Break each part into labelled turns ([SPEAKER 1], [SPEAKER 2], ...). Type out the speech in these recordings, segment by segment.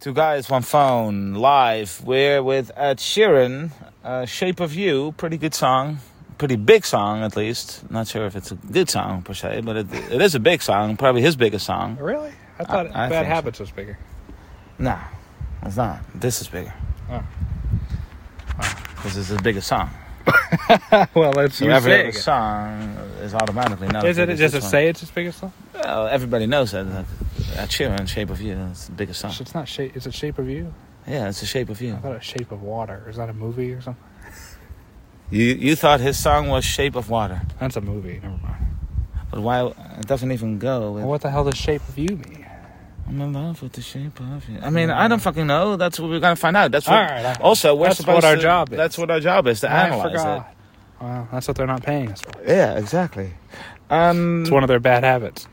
[SPEAKER 1] Two guys, one phone, live. We're with Ed Sheeran, uh, "Shape of You." Pretty good song, pretty big song at least. Not sure if it's a good song per se, but it, it is a big song. Probably his biggest song.
[SPEAKER 2] Really? I thought
[SPEAKER 1] I
[SPEAKER 2] Bad
[SPEAKER 1] think so.
[SPEAKER 2] Habits was bigger.
[SPEAKER 1] No, it's not. This is bigger.
[SPEAKER 2] Oh.
[SPEAKER 1] This is his biggest song.
[SPEAKER 2] well, that's
[SPEAKER 1] So every other song is automatically not. as
[SPEAKER 2] Is it
[SPEAKER 1] big as
[SPEAKER 2] just
[SPEAKER 1] this
[SPEAKER 2] to
[SPEAKER 1] one.
[SPEAKER 2] say it's his biggest song?
[SPEAKER 1] Well, everybody knows that. that Ed Sheeran, "Shape of You," is the biggest song.
[SPEAKER 2] It's not shape. It's a shape of you.
[SPEAKER 1] Yeah, it's the shape of you.
[SPEAKER 2] I thought it was shape of water. Is that a movie or something?
[SPEAKER 1] You you thought his song was "Shape of Water,"
[SPEAKER 2] That's a movie. Never mind.
[SPEAKER 1] but why it doesn't even go with
[SPEAKER 2] Well, what the hell does shape of you mean?
[SPEAKER 1] I'm in love with the shape of you. I mean, I don't fucking know. That's what we're gonna find out. That's what.
[SPEAKER 2] All right, I-
[SPEAKER 1] also, we're
[SPEAKER 2] that's
[SPEAKER 1] supposed
[SPEAKER 2] what our
[SPEAKER 1] to-
[SPEAKER 2] job is.
[SPEAKER 1] That's what our job is to
[SPEAKER 2] I
[SPEAKER 1] analyze
[SPEAKER 2] forgot. Wow, that's what they're not paying us for.
[SPEAKER 1] it. Yeah, exactly. Um,
[SPEAKER 2] It's one of their bad habits.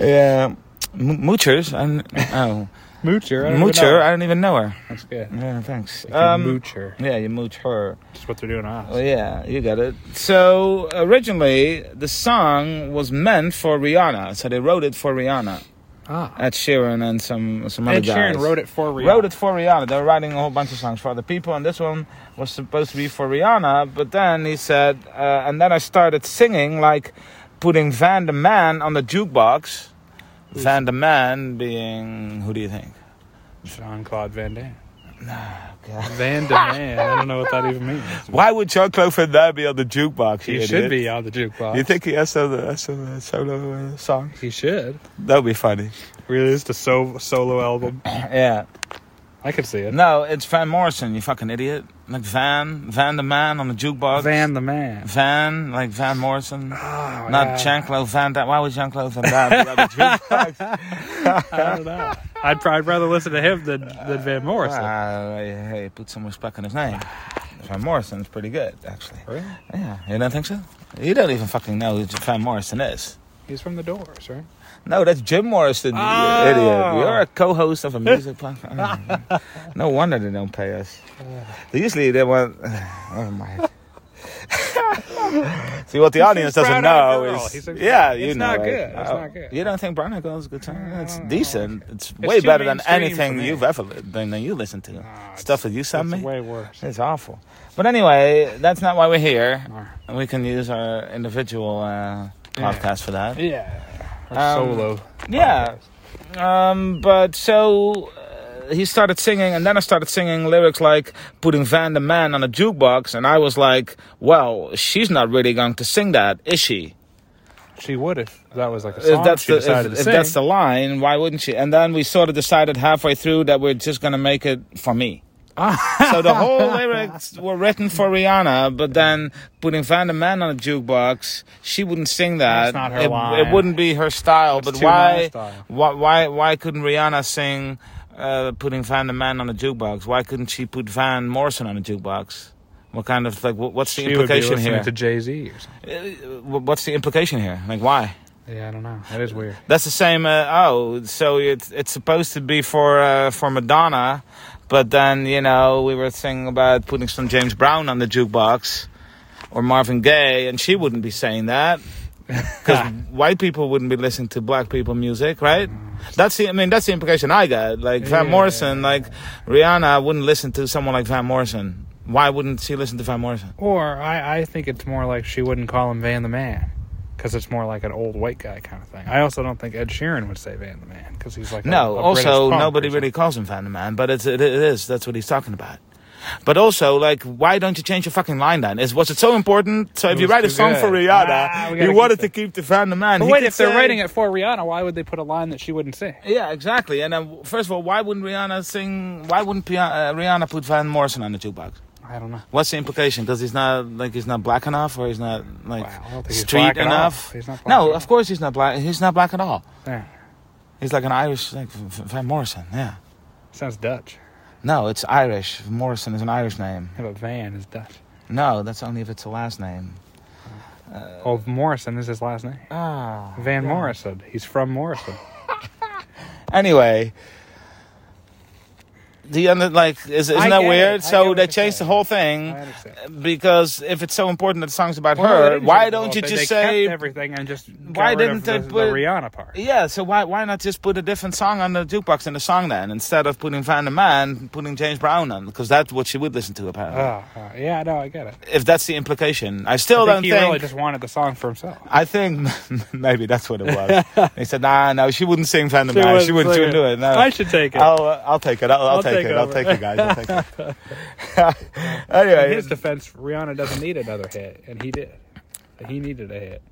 [SPEAKER 1] yeah, M- moochers. I'm, oh,
[SPEAKER 2] Moocher. I don't even
[SPEAKER 1] moocher.
[SPEAKER 2] know.
[SPEAKER 1] I don't even know her.
[SPEAKER 2] That's good.
[SPEAKER 1] Yeah, thanks.
[SPEAKER 2] Like
[SPEAKER 1] Um,
[SPEAKER 2] you moocher.
[SPEAKER 1] Yeah, you mooch her.
[SPEAKER 2] That's what they're doing to us.
[SPEAKER 1] Oh yeah, you got it. So originally, the song was meant for Rihanna. So they wrote it for Rihanna.
[SPEAKER 2] Ah.
[SPEAKER 1] Ed Sheeran and some some other
[SPEAKER 2] Ed
[SPEAKER 1] guys.
[SPEAKER 2] Sheeran wrote it for Rihanna.
[SPEAKER 1] wrote it for Rihanna. They were writing a whole bunch of songs for other people, and this one was supposed to be for Rihanna. But then he said, uh, and then I started singing like putting Van the Man on the jukebox. Van the Man being who do you think?
[SPEAKER 2] Jean Claude Van Damme. Van Damme. I don't know what that even means.
[SPEAKER 1] Why would Jean Claude Van Damme be on the jukebox? you
[SPEAKER 2] He
[SPEAKER 1] idiot?
[SPEAKER 2] should be on the jukebox.
[SPEAKER 1] You think he has some, uh, some uh, solo uh, song?
[SPEAKER 2] he should?
[SPEAKER 1] That would be funny.
[SPEAKER 2] Released a so- solo album.
[SPEAKER 1] yeah.
[SPEAKER 2] I could see it.
[SPEAKER 1] No, it's Van Morrison. You fucking idiot. Like Van, Van the Man on the jukebox.
[SPEAKER 2] Van the Man.
[SPEAKER 1] Van, like Van Morrison.
[SPEAKER 2] Oh,
[SPEAKER 1] Not Jean Claude Van Damme. Why would Jean Claude Van Damme be on the jukebox?
[SPEAKER 2] I don't know. I'd probably rather listen to him than, than Van Morrison.
[SPEAKER 1] Ah, hey, hey, put some respect on his name. Van Morrison's pretty good, actually.
[SPEAKER 2] Really?
[SPEAKER 1] Yeah, you don't think so? You don't even fucking know who Van Morrison is.
[SPEAKER 2] He's from the Doors, right?
[SPEAKER 1] No, that's Jim Morrison, you
[SPEAKER 2] Ah.
[SPEAKER 1] idiot. You're a co-host of a music platform. no wonder they don't pay us. Usually they want. Oh my. See what the audience
[SPEAKER 2] a
[SPEAKER 1] doesn't
[SPEAKER 2] Brown Eyed
[SPEAKER 1] know
[SPEAKER 2] Girl.
[SPEAKER 1] is
[SPEAKER 2] He's a-
[SPEAKER 1] yeah,
[SPEAKER 2] it's
[SPEAKER 1] you know
[SPEAKER 2] not
[SPEAKER 1] it.
[SPEAKER 2] good. It's
[SPEAKER 1] Oh,
[SPEAKER 2] not good.
[SPEAKER 1] You don't think Brown Eyed Girl is a good song? It's
[SPEAKER 2] I don't
[SPEAKER 1] decent. It's
[SPEAKER 2] It's
[SPEAKER 1] way
[SPEAKER 2] too
[SPEAKER 1] better than
[SPEAKER 2] mainstream
[SPEAKER 1] anything
[SPEAKER 2] for me.
[SPEAKER 1] you've ever li- than, than you listen to.
[SPEAKER 2] it's-
[SPEAKER 1] Stuff that you sent
[SPEAKER 2] That's
[SPEAKER 1] me.
[SPEAKER 2] way worse.
[SPEAKER 1] It's awful. But anyway, that's not why we're here.
[SPEAKER 2] Alright.
[SPEAKER 1] And we can use our individual uh,
[SPEAKER 2] Yeah.
[SPEAKER 1] podcast for that.
[SPEAKER 2] Yeah. Or
[SPEAKER 1] Um,
[SPEAKER 2] solo.
[SPEAKER 1] Yeah. Um, but so uh, he started singing, and then I started singing lyrics like putting Van the Man on a jukebox, and I was like, well, she's not really going to sing that, is she?
[SPEAKER 2] She would if that was like a song
[SPEAKER 1] if that's
[SPEAKER 2] she
[SPEAKER 1] the
[SPEAKER 2] decided
[SPEAKER 1] if,
[SPEAKER 2] to
[SPEAKER 1] if
[SPEAKER 2] sing.
[SPEAKER 1] that's the line, why wouldn't she? And then we sort of decided halfway through that we're just gonna make it for me. so the whole lyrics were written for Rihanna, but then putting Van der Man on a jukebox, she wouldn't sing that.
[SPEAKER 2] That's not her
[SPEAKER 1] it,
[SPEAKER 2] line.
[SPEAKER 1] it wouldn't be her style.
[SPEAKER 2] That's
[SPEAKER 1] but
[SPEAKER 2] too my
[SPEAKER 1] why,
[SPEAKER 2] style.
[SPEAKER 1] why, why, why couldn't Rihanna sing uh, putting Van der Man on a jukebox? Why couldn't she put Van Morrison on a jukebox? What kind of like wh- what's the
[SPEAKER 2] she would be
[SPEAKER 1] implication
[SPEAKER 2] listening
[SPEAKER 1] here?
[SPEAKER 2] to Jay Z or something.
[SPEAKER 1] Uh, wh- What's the implication here? Like why?
[SPEAKER 2] Yeah, I don't know. That is weird.
[SPEAKER 1] That's the same. Uh, oh, so it's it's supposed to be for uh, for Madonna, but then you know we were thinking about putting some James Brown on the jukebox or Marvin Gaye, and she wouldn't be saying that because white people wouldn't be listening to black people music, right? That's the I mean that's the implication I got. Like Van
[SPEAKER 2] Yeah.
[SPEAKER 1] Morrison, like Rihanna wouldn't listen to someone like Van Morrison. Why wouldn't she listen to Van Morrison?
[SPEAKER 2] Or I, I think it's more like she wouldn't call him Van the Man because it's more like an old white guy kind of thing. I also don't think Ed Sheeran would say Van the Man because he's like a-
[SPEAKER 1] No,
[SPEAKER 2] a
[SPEAKER 1] also
[SPEAKER 2] British punk
[SPEAKER 1] nobody
[SPEAKER 2] or
[SPEAKER 1] really calls him Van der Man, but it's, it, it is. That's what he's talking about. But also, like, why don't you change your fucking line then? Is was it so important? So if
[SPEAKER 2] It
[SPEAKER 1] you
[SPEAKER 2] was
[SPEAKER 1] write a
[SPEAKER 2] too
[SPEAKER 1] song
[SPEAKER 2] good.
[SPEAKER 1] for Rihanna,
[SPEAKER 2] Ah, we gotta
[SPEAKER 1] you
[SPEAKER 2] keep
[SPEAKER 1] wanted
[SPEAKER 2] that.
[SPEAKER 1] to keep the Van der Man.
[SPEAKER 2] But
[SPEAKER 1] He
[SPEAKER 2] wait,
[SPEAKER 1] could
[SPEAKER 2] if they're
[SPEAKER 1] say-
[SPEAKER 2] writing it for Rihanna, why would they put a line that she wouldn't sing?
[SPEAKER 1] yeah, exactly. And then, first of all, why wouldn't Rihanna sing? Why wouldn't Pia- uh, Rihanna put Van Morrison on the jukebox?
[SPEAKER 2] I don't know.
[SPEAKER 1] What's the implication? Because he's not like he's not black enough, or he's not like
[SPEAKER 2] Wow, I don't think he's
[SPEAKER 1] street
[SPEAKER 2] black at all.
[SPEAKER 1] enough.
[SPEAKER 2] He's not black
[SPEAKER 1] no,
[SPEAKER 2] at
[SPEAKER 1] of
[SPEAKER 2] all.
[SPEAKER 1] course he's not black. He's not black at all.
[SPEAKER 2] Yeah,
[SPEAKER 1] He's like an Irish, like V- V- Van Morrison. Yeah.
[SPEAKER 2] sounds Dutch.
[SPEAKER 1] No, it's Irish. Morrison is an Irish name.
[SPEAKER 2] Yeah, but Van is Dutch.
[SPEAKER 1] No, that's only if it's a last name. Uh,
[SPEAKER 2] Oh, Morrison is his last name.
[SPEAKER 1] Ah.
[SPEAKER 2] Van Morrison. He's from Morrison.
[SPEAKER 1] Anyway, Do you under, like is,
[SPEAKER 2] I
[SPEAKER 1] isn't that
[SPEAKER 2] get
[SPEAKER 1] weird?
[SPEAKER 2] it. I get
[SPEAKER 1] So
[SPEAKER 2] what
[SPEAKER 1] they
[SPEAKER 2] you're
[SPEAKER 1] changed the
[SPEAKER 2] saying.
[SPEAKER 1] whole thing
[SPEAKER 2] I understand.
[SPEAKER 1] because if it's so important that the song's about
[SPEAKER 2] Well, they
[SPEAKER 1] her,
[SPEAKER 2] didn't
[SPEAKER 1] why
[SPEAKER 2] change the
[SPEAKER 1] don't
[SPEAKER 2] whole
[SPEAKER 1] you
[SPEAKER 2] thing.
[SPEAKER 1] just
[SPEAKER 2] They
[SPEAKER 1] say
[SPEAKER 2] kept everything and just got
[SPEAKER 1] why
[SPEAKER 2] rid
[SPEAKER 1] didn't
[SPEAKER 2] of
[SPEAKER 1] they
[SPEAKER 2] the, the
[SPEAKER 1] put-
[SPEAKER 2] Rihanna part?
[SPEAKER 1] yeah? So why why not just put a different song on the jukebox in the song then instead of putting Van der Man, putting James Brown on because that's what she would listen to apparently.
[SPEAKER 2] Oh, oh, yeah, no, I get it.
[SPEAKER 1] if that's the implication, I still
[SPEAKER 2] I think
[SPEAKER 1] don't
[SPEAKER 2] he
[SPEAKER 1] think.
[SPEAKER 2] really just wanted the song for himself.
[SPEAKER 1] I think maybe that's what it was. they said, "Nah, no, she wouldn't sing Van der Man. She wouldn't do it. No,
[SPEAKER 2] I should take it.
[SPEAKER 1] I'll, uh, I'll take it. I'll, I'll,
[SPEAKER 2] I'll
[SPEAKER 1] take,
[SPEAKER 2] take
[SPEAKER 1] it. I'll
[SPEAKER 2] over.
[SPEAKER 1] take it, guys. I'll take it.
[SPEAKER 2] In
[SPEAKER 1] anyway,
[SPEAKER 2] his defense, Rihanna doesn't need another hit, and he did. He needed a hit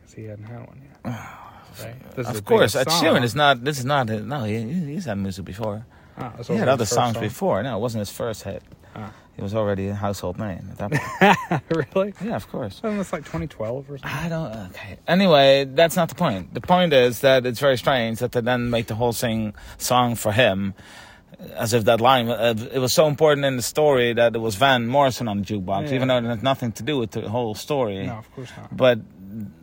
[SPEAKER 2] because he hadn't had one yet. Right? This is the
[SPEAKER 1] of course, Ed
[SPEAKER 2] biggest
[SPEAKER 1] Sheeran
[SPEAKER 2] song.
[SPEAKER 1] is not. This is not. his- No, he, he's had music before.
[SPEAKER 2] Oh, this
[SPEAKER 1] he
[SPEAKER 2] wasn't
[SPEAKER 1] had
[SPEAKER 2] his
[SPEAKER 1] other
[SPEAKER 2] first
[SPEAKER 1] songs
[SPEAKER 2] song.
[SPEAKER 1] before. No, it wasn't his first hit.
[SPEAKER 2] Ah.
[SPEAKER 1] He was already a household name. At that point.
[SPEAKER 2] really?
[SPEAKER 1] yeah, of course.
[SPEAKER 2] Wasn't this like 2012 or something?
[SPEAKER 1] I don't. Okay. Anyway, that's not the point. The point is that it's very strange that they then make the whole thing song for him, as if that line uh, it was so important in the story that it was Van Morrison on the jukebox,
[SPEAKER 2] Yeah.
[SPEAKER 1] even though it had nothing to do with the whole story.
[SPEAKER 2] No, of course not.
[SPEAKER 1] But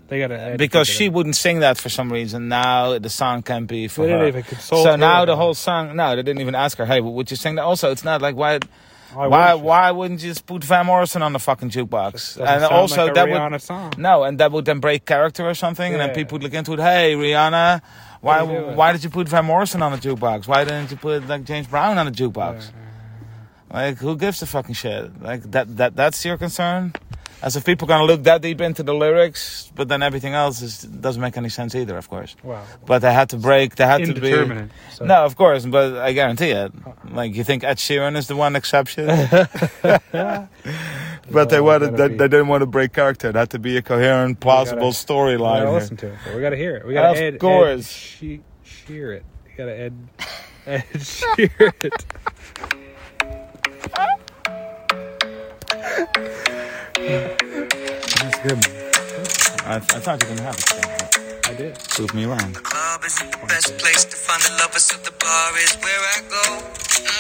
[SPEAKER 2] They got to
[SPEAKER 1] because she wouldn't sing that for some reason, now the song can be for
[SPEAKER 2] They
[SPEAKER 1] her.
[SPEAKER 2] didn't even consult
[SPEAKER 1] so
[SPEAKER 2] her
[SPEAKER 1] now the
[SPEAKER 2] about
[SPEAKER 1] whole
[SPEAKER 2] it.
[SPEAKER 1] song. No, they didn't even ask her. Hey, would you sing that? Also, it's not like why. Why? Why,
[SPEAKER 2] why
[SPEAKER 1] wouldn't you just put Van Morrison on the fucking jukebox?
[SPEAKER 2] Doesn't sound like a
[SPEAKER 1] that would
[SPEAKER 2] Rihanna song.
[SPEAKER 1] no, and that would then break character or something, and then
[SPEAKER 2] Yeah.
[SPEAKER 1] people would look into it. Hey, Rihanna, why
[SPEAKER 2] What are you doing?"
[SPEAKER 1] why did you put Van Morrison on the jukebox? Why didn't you put like James Brown on the jukebox? Like, who gives a fucking shit? Like that that that's your concern. As if people gonna look that deep into the lyrics, but then everything else is, doesn't make any sense either, of course.
[SPEAKER 2] Wow.
[SPEAKER 1] But they had to break. They had to be.
[SPEAKER 2] Indeterminate. so-
[SPEAKER 1] No, of course, but I guarantee it. Like, you think Ed Sheeran is the one exception? but they wanted,
[SPEAKER 2] No, gotta
[SPEAKER 1] they,
[SPEAKER 2] be-
[SPEAKER 1] they didn't want to break character. It had to be a coherent, plausible
[SPEAKER 2] We gotta
[SPEAKER 1] storyline.
[SPEAKER 2] listen to it. though. We gotta hear it. We gotta
[SPEAKER 1] Of
[SPEAKER 2] Ed,
[SPEAKER 1] course.
[SPEAKER 2] Ed she, shear it. We gotta Ed, Ed shear it. That's good.
[SPEAKER 1] here. I, I thought you didn't have it. Steve.
[SPEAKER 2] I did.
[SPEAKER 1] Prove me wrong.
[SPEAKER 3] club isn't the best place to find the lovers, so the bar is where I go. Mm,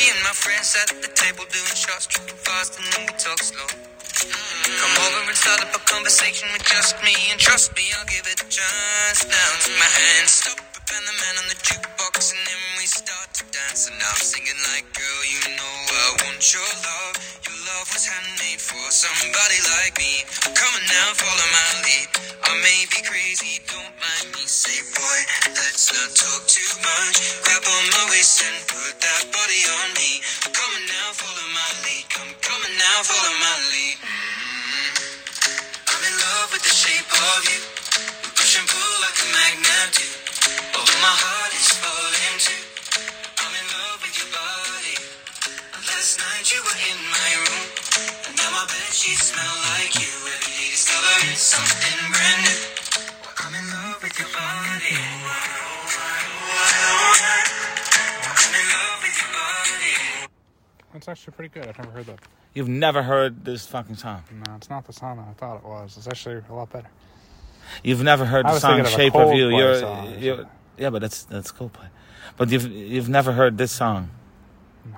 [SPEAKER 3] Me and my friends at the table doing shots, tripping fast, and then we talk slow. Mm, Come over and start up a conversation with just me, and trust me, I'll give it a chance. Now take my hand, stop it, and the man on the jukebox, and then we start to dance. And I'm singing like, girl, you know I want your love. Your love was handmade for somebody like me. Come on now, follow my lead. I may be crazy, don't mind me. Say, boy, let's not talk too much. Grab on my waist and put that body on me. Come on now, follow my lead. Come, come on now, follow my lead. I'm in love with the shape of you. We push and pull like a magnet do. Although my heart is falling too. I'm in love with your body. And Last night you were in my room. And now my bed sheets smell like you. Every day discovering something brand new. I'm in love with your body. I'm in love with your body.
[SPEAKER 2] That's actually pretty good. I've never heard that.
[SPEAKER 1] You've never heard this fucking song.
[SPEAKER 2] No, it's not the song that I thought it was. It's actually a lot better.
[SPEAKER 1] You've never heard
[SPEAKER 2] I
[SPEAKER 1] the
[SPEAKER 2] was
[SPEAKER 1] song
[SPEAKER 2] thinking of a
[SPEAKER 1] "Shape of You."
[SPEAKER 2] Coldplay
[SPEAKER 1] You're,
[SPEAKER 2] song or
[SPEAKER 1] you're,
[SPEAKER 2] something.
[SPEAKER 1] yeah, but that's that's Coldplay. But you've you've never heard this song.
[SPEAKER 2] No.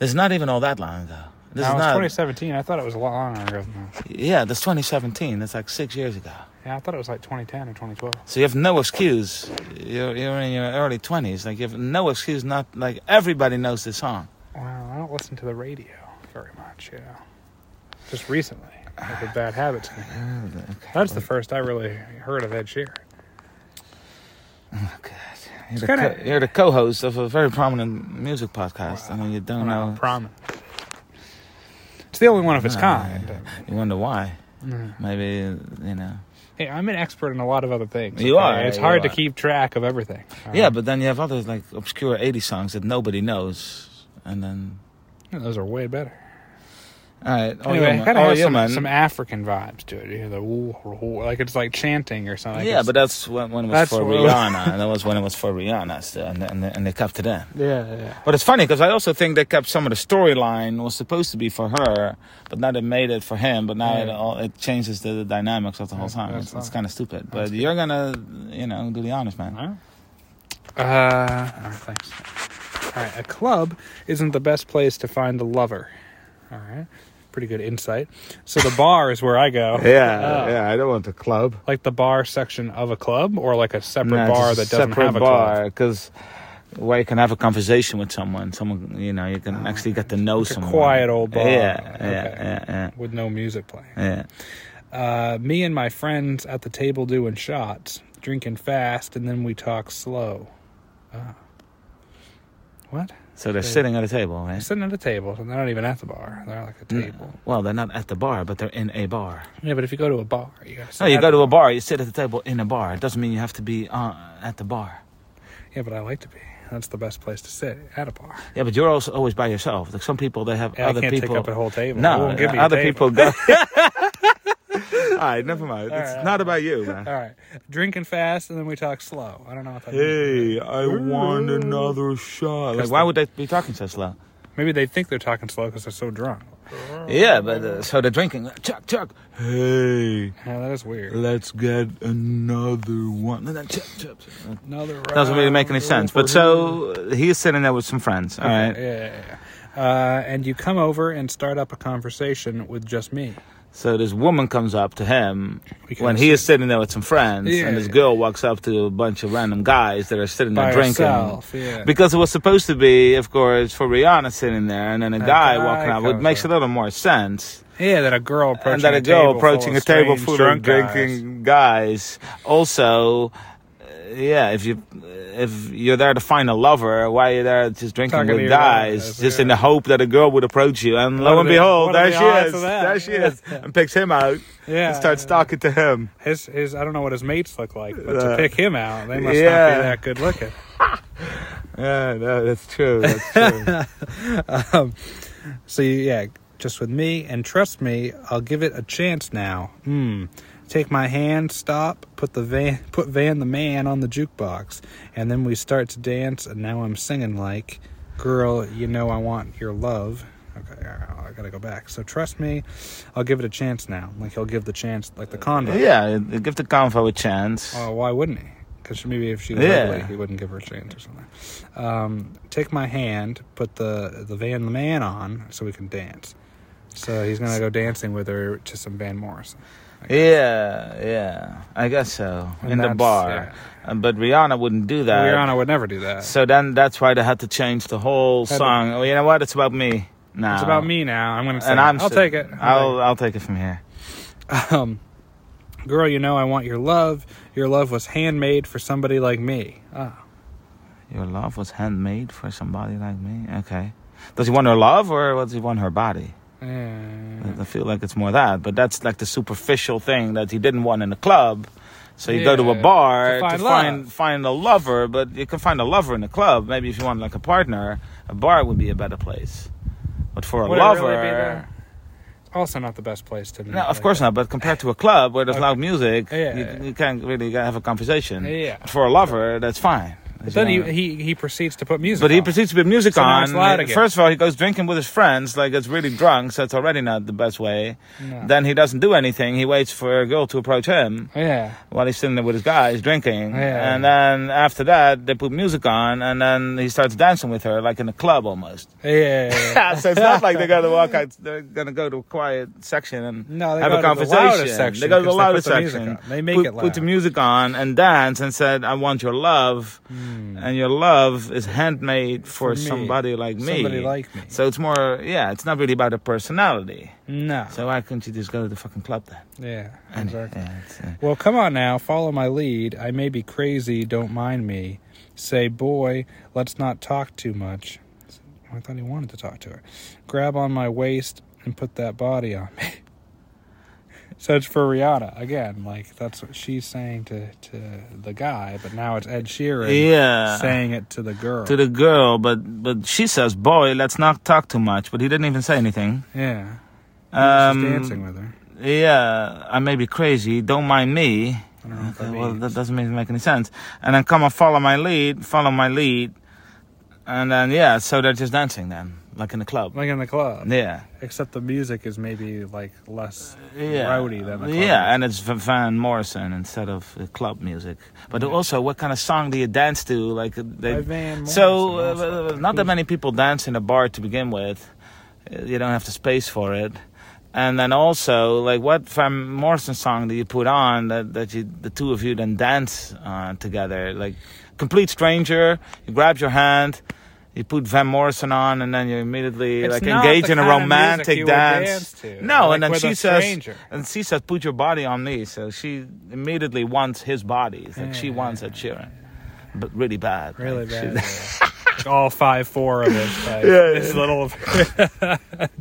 [SPEAKER 1] This is not even all that long ago. This
[SPEAKER 2] No,
[SPEAKER 1] is
[SPEAKER 2] it's
[SPEAKER 1] not.
[SPEAKER 2] 2017. I thought it was a lot longer ago than that.
[SPEAKER 1] Yeah, that's 2017. That's like six years ago.
[SPEAKER 2] Yeah, I thought it was like 2010 or 2012.
[SPEAKER 1] So you have no excuse. You're, you're in your early 20s. Like, you have no excuse not, like, everybody knows this song.
[SPEAKER 2] Wow, I don't listen to the radio very much, you know. Just recently, I did Bad Habits. That's the first I really heard of Ed Sheeran.
[SPEAKER 1] Oh, God. You're, the
[SPEAKER 2] kinda-
[SPEAKER 1] co- you're the co-host of a very prominent music podcast. I mean, you don't
[SPEAKER 2] Wow,
[SPEAKER 1] know.
[SPEAKER 2] prominent. It's the only one of its kind.
[SPEAKER 1] You wonder why.
[SPEAKER 2] Mm.
[SPEAKER 1] Maybe, you know.
[SPEAKER 2] Hey, I'm an expert in a lot of other things.
[SPEAKER 1] You are,
[SPEAKER 2] It's
[SPEAKER 1] you
[SPEAKER 2] hard to
[SPEAKER 1] are.
[SPEAKER 2] keep track of everything. Uh,
[SPEAKER 1] Yeah, but then you have other, like, obscure 80s songs that nobody knows. And then...
[SPEAKER 2] but those are way better.
[SPEAKER 1] All right. Oh,
[SPEAKER 2] Anyway,
[SPEAKER 1] yeah,
[SPEAKER 2] kind
[SPEAKER 1] man.
[SPEAKER 2] of
[SPEAKER 1] Oh,
[SPEAKER 2] has
[SPEAKER 1] yeah,
[SPEAKER 2] some,
[SPEAKER 1] man.
[SPEAKER 2] some African vibes to it. You hear the woo, woo, like it's like chanting or something. Like
[SPEAKER 1] yeah,
[SPEAKER 2] it's-
[SPEAKER 1] but that's when, when it was
[SPEAKER 2] That's
[SPEAKER 1] for
[SPEAKER 2] what-
[SPEAKER 1] Rihanna. and that was when it was for Rihanna. So, and, and, and they kept it in.
[SPEAKER 2] yeah, yeah, yeah.
[SPEAKER 1] But it's funny because I also think they kept some of the storyline was supposed to be for her, but now they made it for him. But now it
[SPEAKER 2] Yeah.
[SPEAKER 1] all it changes the, the dynamics of the whole
[SPEAKER 2] That's-
[SPEAKER 1] song.
[SPEAKER 2] that's
[SPEAKER 1] It's, it's
[SPEAKER 2] fine.
[SPEAKER 1] kind of stupid. But you're gonna, you know, do the honors, man.
[SPEAKER 2] All right. Uh, all right, thanks. All right, a club isn't the best place to find a lover. All right, pretty good insight. So the bar is where I go. Oh.
[SPEAKER 1] yeah. I don't want the club.
[SPEAKER 2] Like the bar section of a club, or like a separate bar that doesn't have a club.
[SPEAKER 1] because where you can have a conversation with someone. Someone, you know, you can actually get to know
[SPEAKER 2] Ah, Like a
[SPEAKER 1] someone.
[SPEAKER 2] quiet old bar.
[SPEAKER 1] Yeah, yeah,
[SPEAKER 2] Okay.
[SPEAKER 1] yeah, yeah,
[SPEAKER 2] with no music playing.
[SPEAKER 1] yeah.
[SPEAKER 2] Uh, me and my friends at the table doing shots, drinking fast, and then we talk slow. Ah. What?
[SPEAKER 1] So they're
[SPEAKER 2] Yeah.
[SPEAKER 1] sitting at a table, right?
[SPEAKER 2] Sitting at a table, and they're not even at the bar. They're like a table.
[SPEAKER 1] Well, they're not at the bar, but they're in a bar.
[SPEAKER 2] Yeah, but if you go to a bar, you gotta.
[SPEAKER 1] No,
[SPEAKER 2] sit
[SPEAKER 1] Oh, you
[SPEAKER 2] at
[SPEAKER 1] go
[SPEAKER 2] the
[SPEAKER 1] to a bar, you sit at the table in a bar. It doesn't mean you have to be uh, at the bar.
[SPEAKER 2] Yeah, but I like to be. That's the best place to sit at a bar.
[SPEAKER 1] Yeah, but you're also always by yourself. Like some people, they have
[SPEAKER 2] Yeah,
[SPEAKER 1] other
[SPEAKER 2] I can't
[SPEAKER 1] people.
[SPEAKER 2] take up a whole table. It
[SPEAKER 1] No,
[SPEAKER 2] won't give me a
[SPEAKER 1] other people
[SPEAKER 2] table.
[SPEAKER 1] go. All right, never mind.
[SPEAKER 2] All
[SPEAKER 1] it's
[SPEAKER 2] right.
[SPEAKER 1] not about you, man.
[SPEAKER 2] All right, drinking fast, and then we talk slow. I don't know what that
[SPEAKER 1] Hey,
[SPEAKER 2] means.
[SPEAKER 1] I want another shot. Like, why would they be talking so slow?
[SPEAKER 2] Maybe they think they're talking slow because they're so drunk.
[SPEAKER 1] Yeah, but uh, so they're drinking. Chuck, chuck. Hey,
[SPEAKER 2] Yeah, that is weird.
[SPEAKER 1] let's get another one. And then chuck, chuck, chuck.
[SPEAKER 2] Another
[SPEAKER 1] Doesn't really make any
[SPEAKER 2] round
[SPEAKER 1] sense.
[SPEAKER 2] over
[SPEAKER 1] But so uh, he is sitting there with some friends. All
[SPEAKER 2] here.
[SPEAKER 1] right.
[SPEAKER 2] Yeah, yeah, yeah. Uh, and you come over and start up a conversation with just me.
[SPEAKER 1] So this woman comes up to him
[SPEAKER 2] We can
[SPEAKER 1] when he is sitting there with some friends,
[SPEAKER 2] Yeah.
[SPEAKER 1] and this girl walks up to a bunch of random guys that are sitting there
[SPEAKER 2] By
[SPEAKER 1] drinking.
[SPEAKER 2] herself, yeah.
[SPEAKER 1] Because it was supposed to be, of course, for Rihanna sitting there, and then a guy,
[SPEAKER 2] guy
[SPEAKER 1] walking up, which
[SPEAKER 2] comes
[SPEAKER 1] makes
[SPEAKER 2] up.
[SPEAKER 1] a little more sense.
[SPEAKER 2] Yeah, that a girl approaching
[SPEAKER 1] and then a
[SPEAKER 2] table
[SPEAKER 1] girl
[SPEAKER 2] full
[SPEAKER 1] approaching
[SPEAKER 2] of
[SPEAKER 1] a table
[SPEAKER 2] strange
[SPEAKER 1] full of
[SPEAKER 2] drunk guys.
[SPEAKER 1] drinking guys. Also, uh, yeah, if you if you're there to find a lover, why are you there just drinking
[SPEAKER 2] Talking to
[SPEAKER 1] with
[SPEAKER 2] your
[SPEAKER 1] guys,
[SPEAKER 2] guys,
[SPEAKER 1] just
[SPEAKER 2] yeah.
[SPEAKER 1] in the hope that a girl would approach you? And lo
[SPEAKER 2] What are
[SPEAKER 1] and
[SPEAKER 2] the-
[SPEAKER 1] behold,
[SPEAKER 2] what are
[SPEAKER 1] there
[SPEAKER 2] the
[SPEAKER 1] she
[SPEAKER 2] odds
[SPEAKER 1] is,
[SPEAKER 2] of that?
[SPEAKER 1] there she
[SPEAKER 2] Yeah.
[SPEAKER 1] is, and picks him out
[SPEAKER 2] Yeah,
[SPEAKER 1] and starts
[SPEAKER 2] yeah.
[SPEAKER 1] talking to him.
[SPEAKER 2] His, his, I don't know what his mates look like, but
[SPEAKER 1] Uh,
[SPEAKER 2] to pick him out, they must not
[SPEAKER 1] yeah.
[SPEAKER 2] be that good looking.
[SPEAKER 1] Yeah, no, that's true. That's true.
[SPEAKER 2] So yeah, just with me, and trust me, I'll give it a chance now. Hmm. Take my hand, stop, put the van, put Van the man on the jukebox, and then we start to dance. And now I'm singing like, "Girl, you know I want your love." Okay, I I gotta go back. So trust me, I'll give it a chance now. Like he'll give the chance, like the condo.
[SPEAKER 1] yeah, give the convo a chance.
[SPEAKER 2] Well, Uh, why wouldn't he? Because maybe if she was
[SPEAKER 1] Yeah.
[SPEAKER 2] ugly, he wouldn't give her a chance or something. Um, take my hand, put the the Van the Man on, so we can dance. So he's gonna go dancing with her to some Van Morrison.
[SPEAKER 1] Yeah, yeah, I guess so.
[SPEAKER 2] And
[SPEAKER 1] in the
[SPEAKER 2] that's-
[SPEAKER 1] bar, Um, but Rihanna wouldn't do that.
[SPEAKER 2] Rihanna would never do that.
[SPEAKER 1] So then that's why they had to change the whole
[SPEAKER 2] Had to-
[SPEAKER 1] song. Oh, you know what? It's about me now.
[SPEAKER 2] it's about me now. I'm gonna. Sing.
[SPEAKER 1] And I'm.
[SPEAKER 2] I'll
[SPEAKER 1] si-
[SPEAKER 2] take it.
[SPEAKER 1] I'll. I'll take it from here.
[SPEAKER 2] Um, girl, you know I want your love. Your love was handmade for somebody like me. Ah,
[SPEAKER 1] Your love was handmade for somebody like me. Okay. Does he want her love or does he want her body?
[SPEAKER 2] yeah.
[SPEAKER 1] I feel like it's more that, but that's like the superficial thing that he didn't want in the club. So you go to a
[SPEAKER 2] Yeah,
[SPEAKER 1] bar to
[SPEAKER 2] to find
[SPEAKER 1] find
[SPEAKER 2] love.
[SPEAKER 1] find, a lover, but you can find a lover in the club. Maybe if you want like a partner, a bar would be a better place. But for a
[SPEAKER 2] Would it really be
[SPEAKER 1] lover,
[SPEAKER 2] there? also not the best place to. meet
[SPEAKER 1] No, of
[SPEAKER 2] like
[SPEAKER 1] course
[SPEAKER 2] that.
[SPEAKER 1] not. But compared to a club where there's loud music,
[SPEAKER 2] Yeah,
[SPEAKER 1] you,
[SPEAKER 2] yeah.
[SPEAKER 1] you can't really have a conversation.
[SPEAKER 2] Yeah.
[SPEAKER 1] But for a lover, that's fine.
[SPEAKER 2] But then he,
[SPEAKER 1] You know.
[SPEAKER 2] he he proceeds to put music.
[SPEAKER 1] but he
[SPEAKER 2] on.
[SPEAKER 1] proceeds to put music
[SPEAKER 2] So now
[SPEAKER 1] on.
[SPEAKER 2] it's loud again.
[SPEAKER 1] First of all, he goes drinking with his friends, like it's really drunk, so it's already not the best way.
[SPEAKER 2] No.
[SPEAKER 1] Then he doesn't do anything. He waits for a girl to approach him
[SPEAKER 2] Yeah.
[SPEAKER 1] while he's sitting there with his guys drinking.
[SPEAKER 2] Yeah.
[SPEAKER 1] And then after that, they put music on, and then he starts dancing with her, like in a club almost.
[SPEAKER 2] Yeah.
[SPEAKER 1] so it's not like they're gonna walk out. They're gonna go to a quiet section and
[SPEAKER 2] No, they
[SPEAKER 1] have
[SPEAKER 2] go
[SPEAKER 1] a
[SPEAKER 2] to the loudest
[SPEAKER 1] conversation.
[SPEAKER 2] section
[SPEAKER 1] they go to the
[SPEAKER 2] 'cause they put
[SPEAKER 1] loudest
[SPEAKER 2] the music
[SPEAKER 1] section.
[SPEAKER 2] on. They make
[SPEAKER 1] put,
[SPEAKER 2] it
[SPEAKER 1] Put the
[SPEAKER 2] loud.
[SPEAKER 1] music on and dance and said, "I want your love, and your love is handmade for,
[SPEAKER 2] Hmm. For me.
[SPEAKER 1] somebody like me."
[SPEAKER 2] Somebody like me.
[SPEAKER 1] So it's more, yeah, it's not really about a personality.
[SPEAKER 2] no.
[SPEAKER 1] So why couldn't you just go to the fucking club then?
[SPEAKER 2] yeah.
[SPEAKER 1] And-
[SPEAKER 2] Exactly.
[SPEAKER 1] yeah, it's, uh,
[SPEAKER 2] Well, come on now, follow my lead. I may be crazy, don't mind me. Say, boy, let's not talk too much. I thought he wanted to talk to her. Grab on my waist and put that body on me. so it's for Rihanna again. Like that's what she's saying to to the guy, but now it's Ed Sheeran
[SPEAKER 1] yeah.
[SPEAKER 2] saying it to the girl.
[SPEAKER 1] To the girl, but but she says, "Boy, let's not talk too much." But he didn't even say anything.
[SPEAKER 2] yeah.
[SPEAKER 1] Um,
[SPEAKER 2] she's dancing with her.
[SPEAKER 1] Yeah, I may be crazy. Don't mind me.
[SPEAKER 2] I don't know what that
[SPEAKER 1] Okay, well,
[SPEAKER 2] means.
[SPEAKER 1] that doesn't make, make any sense. And then come and follow my lead, follow my lead, and then yeah, so they're just dancing then, like in the club.
[SPEAKER 2] like in the club.
[SPEAKER 1] Yeah,
[SPEAKER 2] Except the music is maybe like less
[SPEAKER 1] Uh, yeah,
[SPEAKER 2] rowdy than the club.
[SPEAKER 1] yeah, and it's V- Van Morrison instead of uh, club music. But also, what kind of song do you dance to? Like uh,
[SPEAKER 2] By
[SPEAKER 1] they,
[SPEAKER 2] Van
[SPEAKER 1] so
[SPEAKER 2] Morrison
[SPEAKER 1] uh,
[SPEAKER 2] also.
[SPEAKER 1] not that many people dance in a bar to begin with. Uh, You don't have the space for it. And then also, like, what Van Morrison song do you put on that, that you, the two of you then dance uh, together? Like, complete stranger, you grab your hand, you put Van Morrison on, and then you immediately
[SPEAKER 2] It's
[SPEAKER 1] like
[SPEAKER 2] not
[SPEAKER 1] engage
[SPEAKER 2] the
[SPEAKER 1] in a
[SPEAKER 2] kind of music
[SPEAKER 1] romantic
[SPEAKER 2] you would
[SPEAKER 1] dance.
[SPEAKER 2] dance to,
[SPEAKER 1] no,
[SPEAKER 2] like
[SPEAKER 1] and then
[SPEAKER 2] with
[SPEAKER 1] she
[SPEAKER 2] a
[SPEAKER 1] says,
[SPEAKER 2] stranger.
[SPEAKER 1] and she says, put your body on me. So she immediately wants his body. It's like she
[SPEAKER 2] Yeah.
[SPEAKER 1] wants Ed Sheeran, but really bad.
[SPEAKER 2] Really
[SPEAKER 1] Like, she-
[SPEAKER 2] bad. yeah. All five, four of it. Like,
[SPEAKER 1] Yeah,
[SPEAKER 2] this little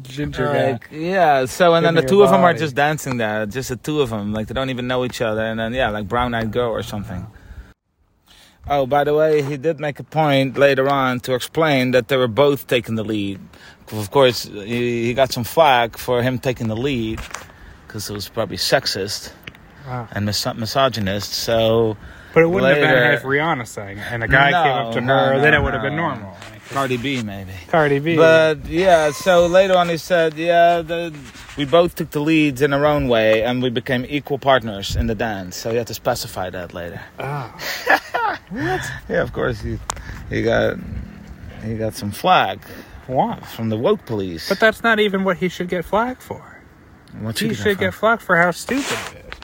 [SPEAKER 2] ginger guy.
[SPEAKER 1] Like, yeah. So and
[SPEAKER 2] Give
[SPEAKER 1] then the
[SPEAKER 2] me your
[SPEAKER 1] two of them are
[SPEAKER 2] body.
[SPEAKER 1] just dancing there, just the two of them. Like they don't even know each other. And then yeah, like brown eyed girl or something. Oh, by the way, he did make a point later on to explain that they were both taking the lead. Of course, he, he got some flack for him taking the lead because it was probably sexist
[SPEAKER 2] Wow.
[SPEAKER 1] and mis- misogynist. So
[SPEAKER 2] But it wouldn't have been
[SPEAKER 1] Later.
[SPEAKER 2] if Rihanna sang it and a guy came up to
[SPEAKER 1] No,
[SPEAKER 2] her,
[SPEAKER 1] no,
[SPEAKER 2] then it
[SPEAKER 1] no,
[SPEAKER 2] would have been
[SPEAKER 1] no.
[SPEAKER 2] normal. Like,
[SPEAKER 1] Cardi B, maybe.
[SPEAKER 2] Cardi B.
[SPEAKER 1] But yeah, so later on he said, yeah, the, we both took the leads in our own way, and we became equal partners in the dance. So you had to specify that later.
[SPEAKER 2] Oh.
[SPEAKER 1] Yeah, of course he he got he got some flag
[SPEAKER 2] Why?
[SPEAKER 1] from the woke police.
[SPEAKER 2] But that's not even what he should get flagged for.
[SPEAKER 1] What
[SPEAKER 2] He
[SPEAKER 1] you
[SPEAKER 2] should
[SPEAKER 1] from?
[SPEAKER 2] get flagged for how stupid it is.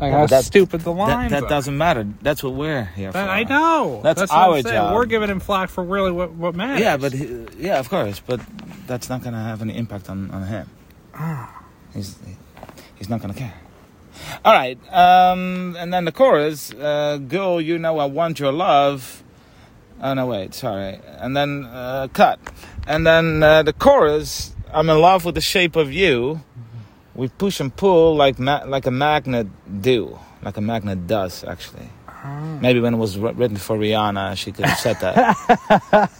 [SPEAKER 2] Like
[SPEAKER 1] Yeah,
[SPEAKER 2] how
[SPEAKER 1] but that-
[SPEAKER 2] stupid the
[SPEAKER 1] that,
[SPEAKER 2] lines
[SPEAKER 1] that
[SPEAKER 2] are.
[SPEAKER 1] doesn't matter. That's what we're here
[SPEAKER 2] That-
[SPEAKER 1] for.
[SPEAKER 2] I know.
[SPEAKER 1] That's
[SPEAKER 2] what I'm
[SPEAKER 1] our
[SPEAKER 2] saying.
[SPEAKER 1] job.
[SPEAKER 2] We're giving him flack for really what, what matters.
[SPEAKER 1] Yeah, but he, yeah, of course, but that's not gonna have any impact on on him. He's he's not gonna care. All right, um, and then the chorus, uh, "Girl, you know I want your love." Oh no, wait, sorry. And then uh, cut, and then uh, the chorus, "I'm in love with the shape of you." We push and pull like ma- like a magnet do, like a magnet does actually.
[SPEAKER 2] Ah.
[SPEAKER 1] Maybe when it was wr- written for Rihanna, she could have said that.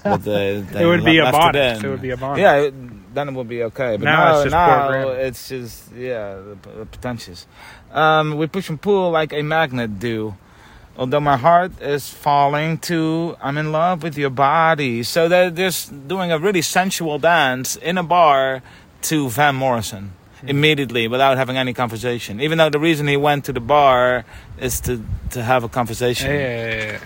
[SPEAKER 1] but they, they
[SPEAKER 2] would be
[SPEAKER 1] le-
[SPEAKER 2] a
[SPEAKER 1] left
[SPEAKER 2] bonus.
[SPEAKER 1] in.
[SPEAKER 2] It would be a bonus.
[SPEAKER 1] Yeah, it, then it would be okay. But
[SPEAKER 2] Now
[SPEAKER 1] now,
[SPEAKER 2] it's just
[SPEAKER 1] now
[SPEAKER 2] poor grammar.
[SPEAKER 1] it's just yeah, the, p- the pretentious. Um, we push and pull like a magnet do. Although my heart is falling too, I'm in love with your body. So they're just doing a really sensual dance in a bar to Van Morrison immediately without having any conversation. Even though the reason he went to the bar is to, to have a conversation
[SPEAKER 2] Yeah, yeah, yeah, yeah.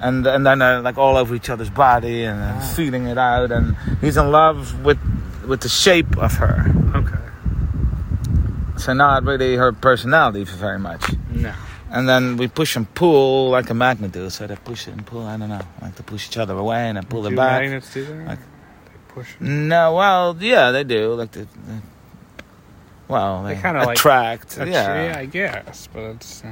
[SPEAKER 1] and and then uh, like all over each other's body and uh, feeling it out and he's in love with with the shape of her
[SPEAKER 2] Okay.
[SPEAKER 1] so not really her personality very much
[SPEAKER 2] No.
[SPEAKER 1] and then we push and pull like a magnet do so they push it and pull i don't know like they push each other away and then pull
[SPEAKER 2] Do
[SPEAKER 1] them back Mm,
[SPEAKER 2] magnets do that?
[SPEAKER 1] Like-
[SPEAKER 2] they push.
[SPEAKER 1] no well yeah they do like the, the well
[SPEAKER 2] They
[SPEAKER 1] they,
[SPEAKER 2] kinda like
[SPEAKER 1] attract
[SPEAKER 2] That's- yeah,
[SPEAKER 1] yeah,
[SPEAKER 2] I guess, but it's uh,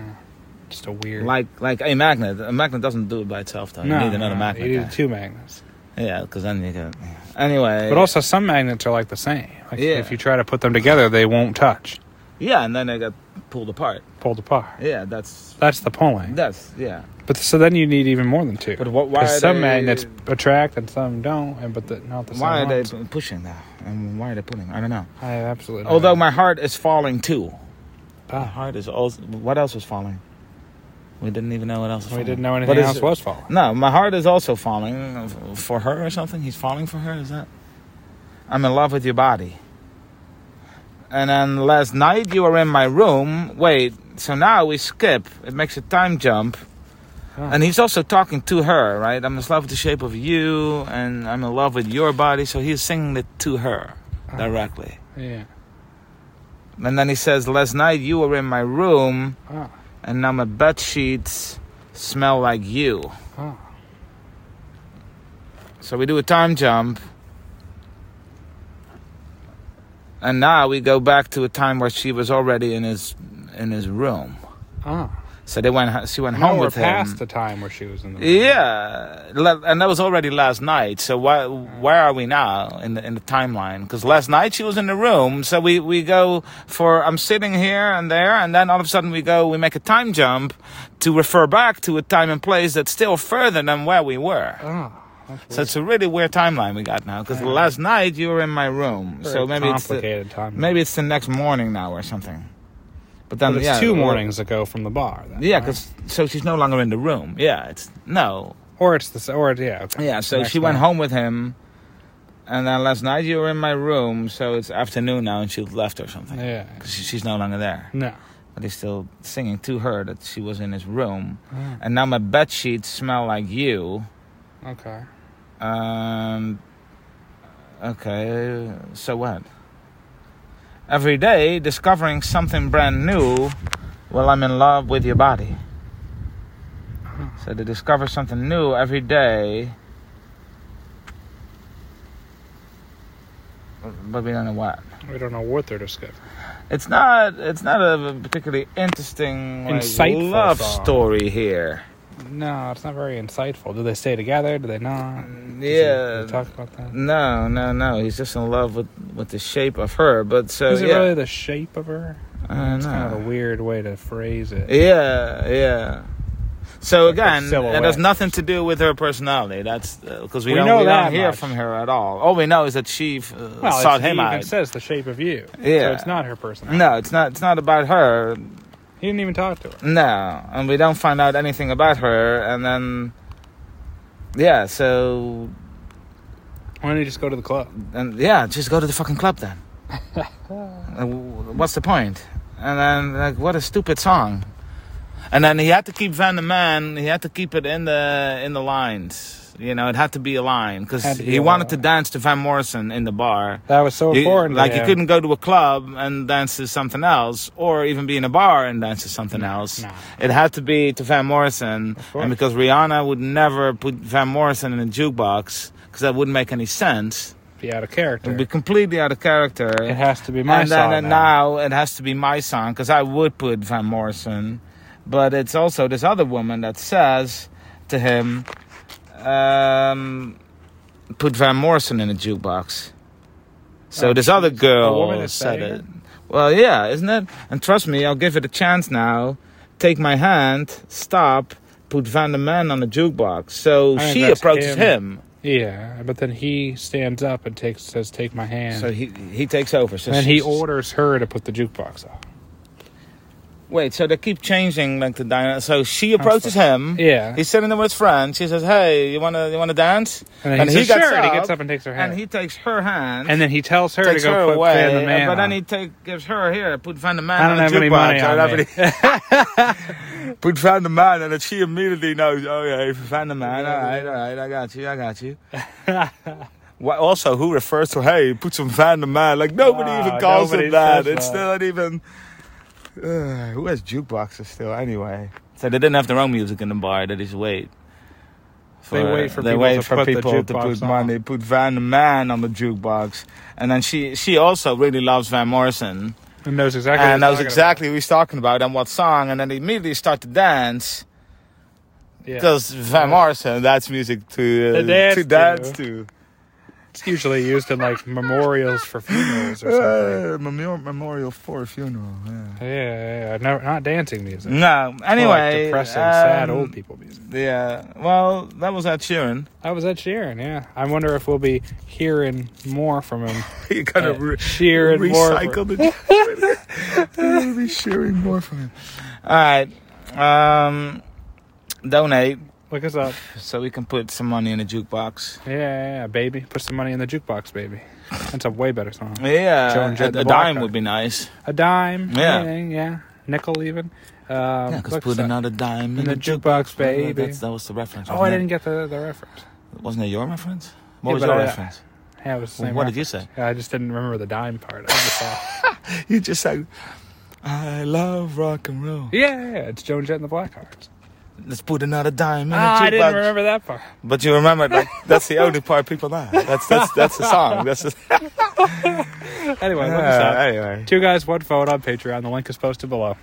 [SPEAKER 2] just a weird.
[SPEAKER 1] like like a magnet a magnet doesn't do it by itself though you need another magnet
[SPEAKER 2] You
[SPEAKER 1] guy.
[SPEAKER 2] need two magnets.
[SPEAKER 1] yeah because then you can anyway
[SPEAKER 2] But also, some magnets are like the same. Like
[SPEAKER 1] Yeah.
[SPEAKER 2] If you try to put them together, they won't touch.
[SPEAKER 1] yeah and then they got pulled apart
[SPEAKER 2] Pulled apart.
[SPEAKER 1] yeah that's
[SPEAKER 2] That's the pulling.
[SPEAKER 1] That's yeah.
[SPEAKER 2] but so then you need even more than two.
[SPEAKER 1] But what? Why are
[SPEAKER 2] 'Cause some
[SPEAKER 1] they,
[SPEAKER 2] magnets attract and some don't, and but the, not the same
[SPEAKER 1] Why are
[SPEAKER 2] ones.
[SPEAKER 1] they pushing that? And why are they pulling? I don't know.
[SPEAKER 2] I have absolutely. no
[SPEAKER 1] Although
[SPEAKER 2] idea.
[SPEAKER 1] my heart is falling too. My
[SPEAKER 2] Ah,
[SPEAKER 1] heart is also. What else was falling? We didn't even know what else. Was
[SPEAKER 2] we
[SPEAKER 1] falling.
[SPEAKER 2] didn't know
[SPEAKER 1] What
[SPEAKER 2] anything
[SPEAKER 1] is-
[SPEAKER 2] else was falling.
[SPEAKER 1] No, my heart is also falling f- for her or something. He's falling for her. Is that? I'm in love with your body. And then last night you were in my room. Wait, so now we skip. It makes a time jump.
[SPEAKER 2] Huh.
[SPEAKER 1] And he's also talking to her, right? I'm in love with the shape of you, and I'm in love with your body. So he's singing it to her
[SPEAKER 2] Uh-huh.
[SPEAKER 1] directly.
[SPEAKER 2] Yeah.
[SPEAKER 1] And then he says, Last night you were in my room,
[SPEAKER 2] Ah,
[SPEAKER 1] and now my bed sheets smell like you.
[SPEAKER 2] ah.
[SPEAKER 1] So we do a time jump. And now we go back to a time where she was already in his in his room.
[SPEAKER 2] Ah,
[SPEAKER 1] So they went she went
[SPEAKER 2] now
[SPEAKER 1] home
[SPEAKER 2] we're
[SPEAKER 1] with
[SPEAKER 2] past
[SPEAKER 1] him.
[SPEAKER 2] the time where she was in the.
[SPEAKER 1] yeah, le- and that was already last night. So why, where are we now in the in the timeline? Because last night she was in the room. So we, we go for I'm sitting here and there, and then all of a sudden we go we make a time jump to refer back to a time and place that's still further than where we were.
[SPEAKER 2] Ah, that's
[SPEAKER 1] So it's a really weird timeline we got now because last night you were in my room.
[SPEAKER 2] Very
[SPEAKER 1] so maybe it's the,
[SPEAKER 2] complicated time.
[SPEAKER 1] maybe it's the next morning now or something. But then
[SPEAKER 2] But it's
[SPEAKER 1] yeah,
[SPEAKER 2] two
[SPEAKER 1] well,
[SPEAKER 2] mornings ago from the bar. Then,
[SPEAKER 1] Yeah,
[SPEAKER 2] right?
[SPEAKER 1] because so she's no longer in the room. Yeah, it's no.
[SPEAKER 2] or it's the s- or it- yeah okay.
[SPEAKER 1] Yeah, so
[SPEAKER 2] Next
[SPEAKER 1] she went
[SPEAKER 2] night.
[SPEAKER 1] home with him, and then last night you were in my room. So it's afternoon now, and she left or something.
[SPEAKER 2] Yeah.
[SPEAKER 1] 'Cause she- she's no longer there.
[SPEAKER 2] No.
[SPEAKER 1] But he's still singing to her that she was in his room, and now my bed sheets smell like you.
[SPEAKER 2] Okay.
[SPEAKER 1] Um. Okay. So what? every day discovering something brand new while I'm in love with your body. So to discover something new every day. But we don't know what.
[SPEAKER 2] We don't know what they're discovering.
[SPEAKER 1] It's not. It's not a particularly interesting, like,
[SPEAKER 2] Insightful
[SPEAKER 1] love
[SPEAKER 2] song.
[SPEAKER 1] story here.
[SPEAKER 2] No, it's not very insightful. Do they stay together? Do they not? Does he-
[SPEAKER 1] Yeah.
[SPEAKER 2] do they talk about that.
[SPEAKER 1] No, no, no. He's just in love with with the shape of her. But so
[SPEAKER 2] Is it
[SPEAKER 1] yeah,
[SPEAKER 2] really the shape of her?
[SPEAKER 1] I
[SPEAKER 2] It's kind of a
[SPEAKER 1] know.
[SPEAKER 2] weird way to phrase it.
[SPEAKER 1] yeah, yeah. So
[SPEAKER 2] Like the
[SPEAKER 1] again, it has
[SPEAKER 2] silhouette.
[SPEAKER 1] nothing to do with her personality. That's because we,
[SPEAKER 2] We
[SPEAKER 1] don't,
[SPEAKER 2] know
[SPEAKER 1] we
[SPEAKER 2] that
[SPEAKER 1] don't hear
[SPEAKER 2] much.
[SPEAKER 1] from her at all. All we know is that she uh,
[SPEAKER 2] well,
[SPEAKER 1] sought
[SPEAKER 2] it's, he
[SPEAKER 1] him
[SPEAKER 2] even
[SPEAKER 1] out.
[SPEAKER 2] says the shape of you. So
[SPEAKER 1] Yeah.
[SPEAKER 2] it's not her personality.
[SPEAKER 1] no, it's not. It's not about her.
[SPEAKER 2] He didn't even talk to her.
[SPEAKER 1] No, and we don't find out anything about her. And then, yeah. So
[SPEAKER 2] Why don't you just go to the club?
[SPEAKER 1] and yeah, just go to the fucking club then. Uh, w- What's the point? And then like, what a stupid song. And then he had to keep Van de Man. He had to keep it in the in the lines. You know, it had to be a line because
[SPEAKER 2] Had to be
[SPEAKER 1] he
[SPEAKER 2] a
[SPEAKER 1] wanted to
[SPEAKER 2] line.
[SPEAKER 1] dance to Van Morrison in the bar.
[SPEAKER 2] That was so
[SPEAKER 1] You-
[SPEAKER 2] important. to
[SPEAKER 1] like you
[SPEAKER 2] him.
[SPEAKER 1] couldn't go to a club and dance to something else, or even be in a bar and dance to something else.
[SPEAKER 2] no.
[SPEAKER 1] It had to be to Van Morrison,
[SPEAKER 2] course.
[SPEAKER 1] and because Rihanna would never put Van Morrison in a jukebox because that wouldn't make any sense.
[SPEAKER 2] be out of character.
[SPEAKER 1] It'd be completely out of character.
[SPEAKER 2] it has to be my
[SPEAKER 1] and
[SPEAKER 2] song
[SPEAKER 1] then and
[SPEAKER 2] now.
[SPEAKER 1] now it has to be my song because I would put Van Morrison, but it's also this other woman that says to him, um, "Put Van Morrison in a jukebox." So
[SPEAKER 2] Oh,
[SPEAKER 1] this other
[SPEAKER 2] she's- the woman
[SPEAKER 1] girl
[SPEAKER 2] is
[SPEAKER 1] said
[SPEAKER 2] saying
[SPEAKER 1] it.
[SPEAKER 2] it?
[SPEAKER 1] Well, yeah, isn't it? And trust me, I'll give it a chance now. Take my hand, stop, put Van der Man on the jukebox. So
[SPEAKER 2] I think
[SPEAKER 1] she
[SPEAKER 2] that's
[SPEAKER 1] approaches
[SPEAKER 2] him.
[SPEAKER 1] him.
[SPEAKER 2] Yeah, but then he stands up and takes says, "Take my hand,"
[SPEAKER 1] So he he takes over. So
[SPEAKER 2] and then he
[SPEAKER 1] she-
[SPEAKER 2] orders her to put the jukebox off.
[SPEAKER 1] Wait, so they keep changing like the dynamic. So she approaches him.
[SPEAKER 2] Yeah,
[SPEAKER 1] He's sitting there with his friend. She says, "Hey, you wanna you wanna dance?"
[SPEAKER 2] and then
[SPEAKER 1] and
[SPEAKER 2] he,
[SPEAKER 1] he
[SPEAKER 2] says,
[SPEAKER 1] gets
[SPEAKER 2] "Sure," and he
[SPEAKER 1] up,
[SPEAKER 2] gets up and takes her hand,
[SPEAKER 1] And he takes her hand.
[SPEAKER 2] And then he tells her to
[SPEAKER 1] takes
[SPEAKER 2] go
[SPEAKER 1] her
[SPEAKER 2] put
[SPEAKER 1] away.
[SPEAKER 2] Van the man.
[SPEAKER 1] but then
[SPEAKER 2] on.
[SPEAKER 1] he take, gives her here. Put Van der Man
[SPEAKER 2] I
[SPEAKER 1] on
[SPEAKER 2] don't have
[SPEAKER 1] the
[SPEAKER 2] any
[SPEAKER 1] jukebox.
[SPEAKER 2] money
[SPEAKER 1] I
[SPEAKER 2] on
[SPEAKER 1] don't
[SPEAKER 2] me.
[SPEAKER 1] have any- put Van der Man, and then she immediately knows. Oh yeah, Van der Man. All right, all right. I got you. I got you. Why, also, who refers to hey? Put some Van der Man. Like nobody
[SPEAKER 2] Wow,
[SPEAKER 1] even calls
[SPEAKER 2] Ah, nobody
[SPEAKER 1] him that.
[SPEAKER 2] says
[SPEAKER 1] It's
[SPEAKER 2] that.
[SPEAKER 1] not even. Uh, who has jukeboxes still anyway? So they didn't have their own music in the bar. They just wait.
[SPEAKER 2] They wait for
[SPEAKER 1] they
[SPEAKER 2] people
[SPEAKER 1] wait
[SPEAKER 2] to
[SPEAKER 1] for
[SPEAKER 2] put the
[SPEAKER 1] people to
[SPEAKER 2] jukebox
[SPEAKER 1] put
[SPEAKER 2] on.
[SPEAKER 1] money. Put Van der Man on the jukebox, and then she she also really loves Van Morrison
[SPEAKER 2] and knows exactly.
[SPEAKER 1] and
[SPEAKER 2] what
[SPEAKER 1] knows
[SPEAKER 2] he's
[SPEAKER 1] exactly who he's talking about and what song, and then they immediately start to dance
[SPEAKER 2] talking about. Yeah.
[SPEAKER 1] because Van Morrison that's music to uh,
[SPEAKER 2] To dance
[SPEAKER 1] to
[SPEAKER 2] to.
[SPEAKER 1] dance to.
[SPEAKER 2] It's usually used in like memorials for funerals or something.
[SPEAKER 1] Uh, memorial, memorial for a funeral. Yeah.
[SPEAKER 2] Yeah, yeah, yeah. No, not dancing music.
[SPEAKER 1] No.
[SPEAKER 2] More like
[SPEAKER 1] Mm, Anyway,
[SPEAKER 2] depressing, sad
[SPEAKER 1] um,
[SPEAKER 2] old people music.
[SPEAKER 1] Yeah. Well, that was Ed Sheeran.
[SPEAKER 2] That was Ed Sheeran. Yeah, I wonder if we'll be hearing more from him.
[SPEAKER 1] you gotta
[SPEAKER 2] Uh, Sheeran more for-
[SPEAKER 1] recycle the. We'll be shearing more from him. All right. Um, donate
[SPEAKER 2] Look us up.
[SPEAKER 1] so we can put some money in the jukebox.
[SPEAKER 2] Yeah, yeah, yeah, baby. Put some money in the jukebox, baby. That's a way better song. Joe
[SPEAKER 1] Yeah,
[SPEAKER 2] and Jed
[SPEAKER 1] a,
[SPEAKER 2] the
[SPEAKER 1] a
[SPEAKER 2] Block
[SPEAKER 1] dime
[SPEAKER 2] Guy.
[SPEAKER 1] would be nice.
[SPEAKER 2] A dime.
[SPEAKER 1] Yeah.
[SPEAKER 2] anything, yeah. Nickel even. Um,
[SPEAKER 1] Yeah, 'cause
[SPEAKER 2] look
[SPEAKER 1] put
[SPEAKER 2] us up.
[SPEAKER 1] another dime in,
[SPEAKER 2] in the jukebox, baby.
[SPEAKER 1] That's, that was the reference.
[SPEAKER 2] Oh,
[SPEAKER 1] wasn't
[SPEAKER 2] I
[SPEAKER 1] it?
[SPEAKER 2] didn't get the, the reference.
[SPEAKER 1] Wasn't it your reference? What
[SPEAKER 2] Yeah,
[SPEAKER 1] was
[SPEAKER 2] but
[SPEAKER 1] your
[SPEAKER 2] I-
[SPEAKER 1] reference?
[SPEAKER 2] Yeah, it was the same
[SPEAKER 1] What did you
[SPEAKER 2] reference.
[SPEAKER 1] say?
[SPEAKER 2] Yeah, I just didn't remember the dime part. I just saw-
[SPEAKER 1] You just sang. I love rock and roll.
[SPEAKER 2] yeah, yeah, yeah, it's Joan Jett and the Blackhearts.
[SPEAKER 1] Let's put another dime in
[SPEAKER 2] Ah,
[SPEAKER 1] the jukebox.
[SPEAKER 2] I didn't remember that part.
[SPEAKER 1] But you remember, like, that's the only part people know. That's that's that's the song. That's the,
[SPEAKER 2] Anyway, look us
[SPEAKER 1] Uh,
[SPEAKER 2] up.
[SPEAKER 1] anyway.
[SPEAKER 2] Two guys, one phone on Patreon. The link is posted below.